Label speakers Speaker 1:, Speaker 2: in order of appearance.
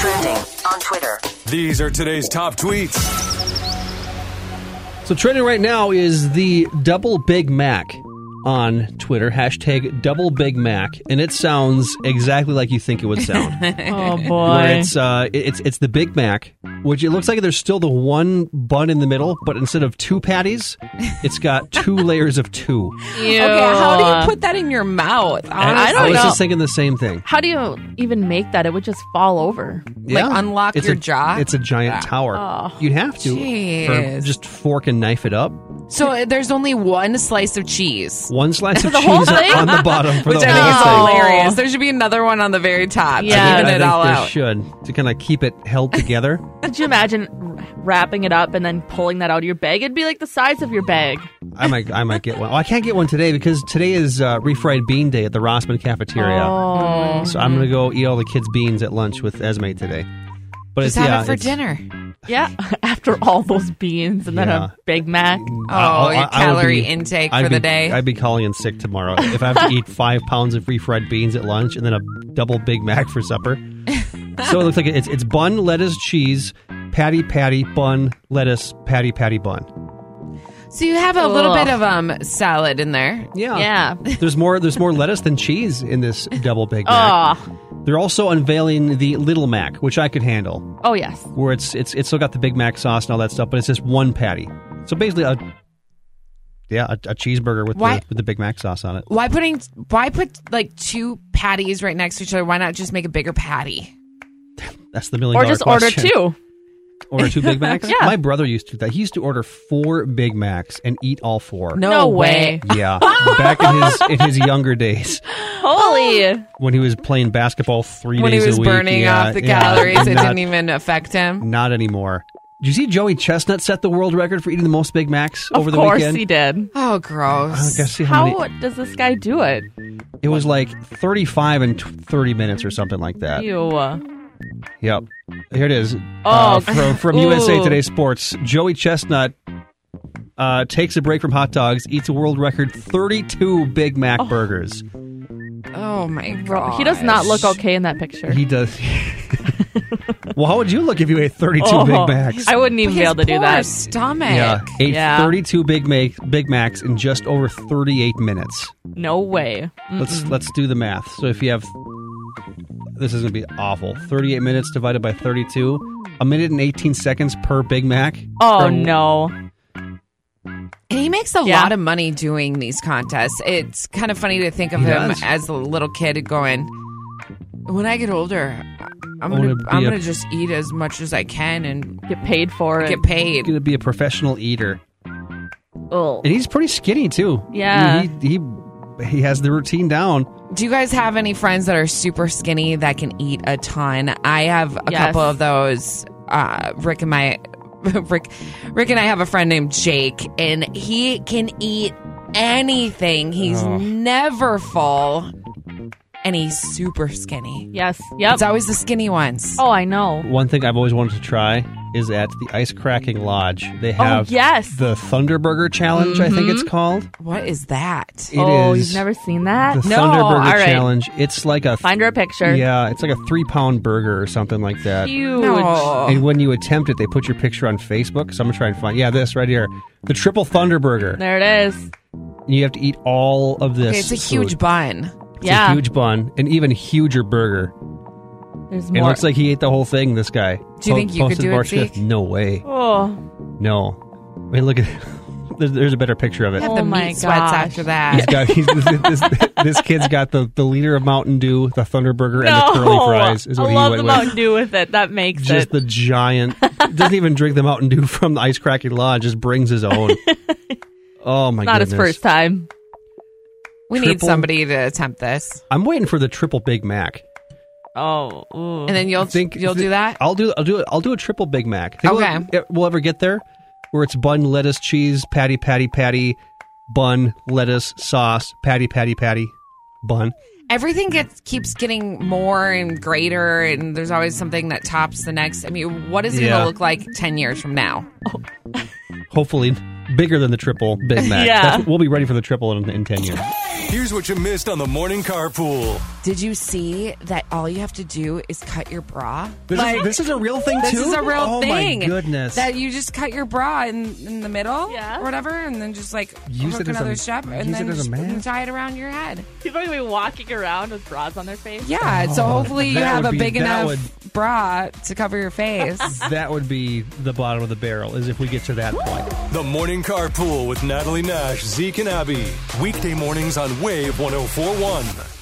Speaker 1: Trending on Twitter.
Speaker 2: These are today's top tweets.
Speaker 3: So trending right now is the double Big Mac on Twitter hashtag double Big Mac, and it sounds exactly like you think it would sound.
Speaker 4: Oh
Speaker 3: where
Speaker 4: boy.
Speaker 3: it's uh, it- it's it's the Big Mac, which it looks like there's still the one bun in the middle, but instead of two patties, it's got two layers of two.
Speaker 4: Ew.
Speaker 5: Okay, how do you put that in your mouth? Um,
Speaker 4: I
Speaker 3: I
Speaker 4: don't
Speaker 3: was
Speaker 4: know.
Speaker 3: just thinking the same thing.
Speaker 4: How do you even make that? It would just fall over.
Speaker 5: Like, unlock
Speaker 3: it's
Speaker 5: your
Speaker 3: a,
Speaker 5: jaw? Oh,
Speaker 3: It's a giant tower. You'd have to, or
Speaker 5: Jeez.
Speaker 3: just fork and knife it up.
Speaker 5: So uh, there's only one slice of cheese.
Speaker 3: One slice of
Speaker 4: the whole
Speaker 3: cheese
Speaker 4: thing?
Speaker 3: on the bottom for
Speaker 5: Which
Speaker 3: the
Speaker 5: I think is
Speaker 3: whole thing.
Speaker 5: hilarious. There should be another one on the very top.
Speaker 4: Yeah.
Speaker 5: Yeah,
Speaker 3: I
Speaker 5: even it
Speaker 3: think
Speaker 5: all
Speaker 3: there
Speaker 5: out.
Speaker 3: should to kind of keep it held together.
Speaker 4: Could you imagine wrapping it up and then pulling that out of your bag? It'd be like the size of your bag.
Speaker 3: I might, I might get one. Oh, I can't get one today because today is uh, refried bean day at the Rossman cafeteria.
Speaker 4: Oh.
Speaker 3: So I'm gonna go eat all the kids' beans at lunch with Esme today. But
Speaker 5: Just
Speaker 3: it's
Speaker 5: have
Speaker 3: yeah,
Speaker 5: it for
Speaker 3: it's-
Speaker 5: dinner.
Speaker 4: Yeah. After all those beans and then
Speaker 3: Yeah.
Speaker 4: a Big Mac.
Speaker 3: I-
Speaker 5: Oh,
Speaker 3: I-
Speaker 5: your
Speaker 3: I will
Speaker 5: calorie intake
Speaker 3: I'd
Speaker 5: for the
Speaker 3: be-
Speaker 5: day.
Speaker 3: I'd be calling in sick tomorrow if I have to eat five pounds of refried beans at lunch and then a double Big Mac for supper. so it looks like it's it's bun, lettuce, cheese, patty, patty, bun, lettuce, patty, patty, bun.
Speaker 5: So you have a little
Speaker 4: Ugh.
Speaker 5: bit of um salad in there.
Speaker 4: Yeah.
Speaker 3: There's more. There's more lettuce than cheese in this double Big Mac.
Speaker 4: Oh.
Speaker 3: They're also unveiling the Little Mac, which I could handle,
Speaker 4: Oh yes.
Speaker 3: where it's it's it's still got the Big Mac sauce and all that stuff, but it's just one patty. So basically, a yeah, a, a cheeseburger with
Speaker 5: Why-
Speaker 3: the, with the Big Mac sauce on it.
Speaker 5: Why putting? Why put like two patties right next to each other? Why not just make a bigger patty?
Speaker 3: That's the million
Speaker 4: Or
Speaker 3: dollar
Speaker 4: just order
Speaker 3: question.
Speaker 4: two.
Speaker 3: Order two Big Macs.
Speaker 4: Yeah.
Speaker 3: my brother used to do that. He used to order four Big Macs and eat all four.
Speaker 4: No way.
Speaker 3: Yeah, back in his in his younger days
Speaker 4: Holy.
Speaker 3: when he was playing basketball three
Speaker 5: When he
Speaker 3: days
Speaker 5: was
Speaker 3: a week.
Speaker 5: burning
Speaker 3: Yeah,
Speaker 5: off the
Speaker 3: yeah,
Speaker 5: calories, it
Speaker 3: not-
Speaker 5: didn't even affect him.
Speaker 3: Not anymore. Did you see Joey Chestnut set the world record for eating the most Big Macs over
Speaker 4: of
Speaker 3: the
Speaker 4: course
Speaker 3: weekend?
Speaker 4: he did.
Speaker 5: Oh,
Speaker 3: I
Speaker 5: gross!
Speaker 3: gotta see how,
Speaker 4: How
Speaker 3: many.
Speaker 4: does this guy do it?
Speaker 3: It was like 35 and 30 minutes or something like that.
Speaker 4: You.
Speaker 3: Yep. Here it is. uh,
Speaker 4: Oh,
Speaker 3: from from
Speaker 4: ooh.
Speaker 3: USA Today Sports. Joey Chestnut uh, takes a break from hot dogs, eats a world record 32 Big Mac burgers.
Speaker 5: Oh my god!
Speaker 4: He does not look okay in that picture.
Speaker 3: He does. well, how would you look if you ate 32
Speaker 4: Oh,
Speaker 3: Big Macs?
Speaker 4: I wouldn't even
Speaker 5: His
Speaker 4: be able to do
Speaker 5: poor
Speaker 4: that.
Speaker 5: Stomach.
Speaker 3: yeah, ate
Speaker 4: Yeah.
Speaker 3: 32 Big Mac Big Macs in just over 38 minutes.
Speaker 4: No way. Mm.
Speaker 3: Let's let's do the math. So if you have this is gonna be awful. Thirty-eight minutes divided by thirty-two, a minute and eighteen seconds per Big Mac.
Speaker 4: Oh
Speaker 3: Or-
Speaker 4: no.
Speaker 5: And he makes a
Speaker 4: Yeah.
Speaker 5: lot of money doing these contests. It's kind of funny to think of
Speaker 3: He
Speaker 5: him
Speaker 3: does.
Speaker 5: as a little kid going, "When I get older, I'm
Speaker 3: I
Speaker 5: gonna,
Speaker 3: wanna
Speaker 5: I'm
Speaker 3: be a-
Speaker 5: gonna just eat as much as I can and
Speaker 4: Get paid for it.
Speaker 5: get paid."
Speaker 3: Gonna be a professional eater,
Speaker 4: Ugh.
Speaker 3: and he's pretty skinny too.
Speaker 4: Yeah.
Speaker 3: he he, he has the routine down.
Speaker 5: Do you guys have any friends that are super skinny that can eat a ton? I have a
Speaker 4: Yes.
Speaker 5: couple of those. Uh, Rick and my Rick, Rick and I have a friend named Jake, and he can eat anything. He's never full, and he's super skinny.
Speaker 4: Yes. Yep.
Speaker 5: It's always the skinny ones.
Speaker 4: Oh, I know.
Speaker 3: One thing I've always wanted to try is at the Ice Cracking Lodge. They have
Speaker 4: Oh, yes. Mm-hmm.
Speaker 3: the Thunderburger Challenge. I think it's called.
Speaker 5: What is that?
Speaker 3: It
Speaker 4: oh,
Speaker 3: is
Speaker 4: you've never seen
Speaker 3: the
Speaker 4: that? no. All
Speaker 3: Thunderburger
Speaker 4: right.
Speaker 3: Challenge. It's like a
Speaker 4: Find her a picture.
Speaker 3: yeah, it's like a three-pound burger or something like that.
Speaker 4: Huge.
Speaker 5: No.
Speaker 3: And when you attempt it, they put your picture on Facebook. So I'm gonna try and find. Yeah, this right here, the triple thunderburger.
Speaker 4: There it is.
Speaker 3: You have to eat all of this.
Speaker 5: Okay, it's a huge
Speaker 3: food.
Speaker 5: bun.
Speaker 3: It's
Speaker 4: yeah.
Speaker 3: a huge bun, an even huger burger.
Speaker 4: There's
Speaker 3: It
Speaker 4: more.
Speaker 3: looks like he ate the whole thing. This guy.
Speaker 5: Do you think you could
Speaker 3: posted
Speaker 5: do it,
Speaker 3: March 5th.
Speaker 5: Zeke?
Speaker 3: No way.
Speaker 4: oh,
Speaker 3: No. I mean, look at. There's, there's a better picture of it.
Speaker 5: Have
Speaker 4: Oh
Speaker 5: the meat
Speaker 4: my
Speaker 5: sweats
Speaker 4: gosh.
Speaker 5: after that.
Speaker 3: He's got, he's, this, this kid's got the, the liter of Mountain Dew, the Thunderburger,
Speaker 4: no.
Speaker 3: and the curly fries. Is what
Speaker 4: I
Speaker 3: he
Speaker 4: love
Speaker 3: went
Speaker 4: the
Speaker 3: with.
Speaker 4: Mountain Dew with it. That makes
Speaker 3: just
Speaker 4: it.
Speaker 3: the giant doesn't even drink the Mountain Dew from the ice cracking lodge. Just brings his own. oh my
Speaker 4: Not
Speaker 3: goodness!
Speaker 4: his first time.
Speaker 5: We need
Speaker 3: Triple-
Speaker 5: somebody to attempt this,
Speaker 3: I'm waiting for the triple Big Mac.
Speaker 4: Oh, ooh.
Speaker 5: and then you'll
Speaker 3: Think
Speaker 5: you'll do that.
Speaker 3: I'll do. I'll do it. I'll do a triple Big Mac. Think
Speaker 5: Okay.
Speaker 3: We'll, we'll ever get there where it's bun, lettuce, cheese, patty, patty, patty, bun, lettuce, sauce, patty, patty, patty, bun.
Speaker 5: everything gets keeps getting more and greater and there's always something that tops the next i mean what is it
Speaker 3: Yeah.
Speaker 5: going to look like 10 years from now
Speaker 3: Hopefully bigger than the triple Big Mac.
Speaker 4: Yeah.
Speaker 3: That's- we'll be ready for the triple in, in ten years.
Speaker 2: Here's what you missed on the morning carpool.
Speaker 5: Did you see that all you have to do is cut your bra?
Speaker 3: This, is, this is a real thing
Speaker 5: This
Speaker 3: too.
Speaker 5: is a real
Speaker 3: oh
Speaker 5: thing.
Speaker 3: my goodness!
Speaker 5: That you just cut your bra in, in the middle
Speaker 4: Yeah.
Speaker 5: or whatever and then just like
Speaker 3: Use
Speaker 5: hook
Speaker 3: it as a-
Speaker 5: another strap
Speaker 3: use
Speaker 5: and
Speaker 3: it
Speaker 5: then
Speaker 3: as a
Speaker 5: just
Speaker 3: man.
Speaker 5: tie it around your head.
Speaker 4: People are gonna be walking around with bras on their face.
Speaker 5: Yeah, so hopefully you
Speaker 3: Oh, that
Speaker 5: have
Speaker 3: would
Speaker 5: a
Speaker 3: be-
Speaker 5: big
Speaker 3: that
Speaker 5: enough
Speaker 3: would-
Speaker 5: bra to cover your face.
Speaker 3: that would be the bottom of the barrel. Is if we get to that point.
Speaker 2: The morning oh carpool with Natalie Nash, Zeke, and Abby. Weekday mornings on Wave 1041.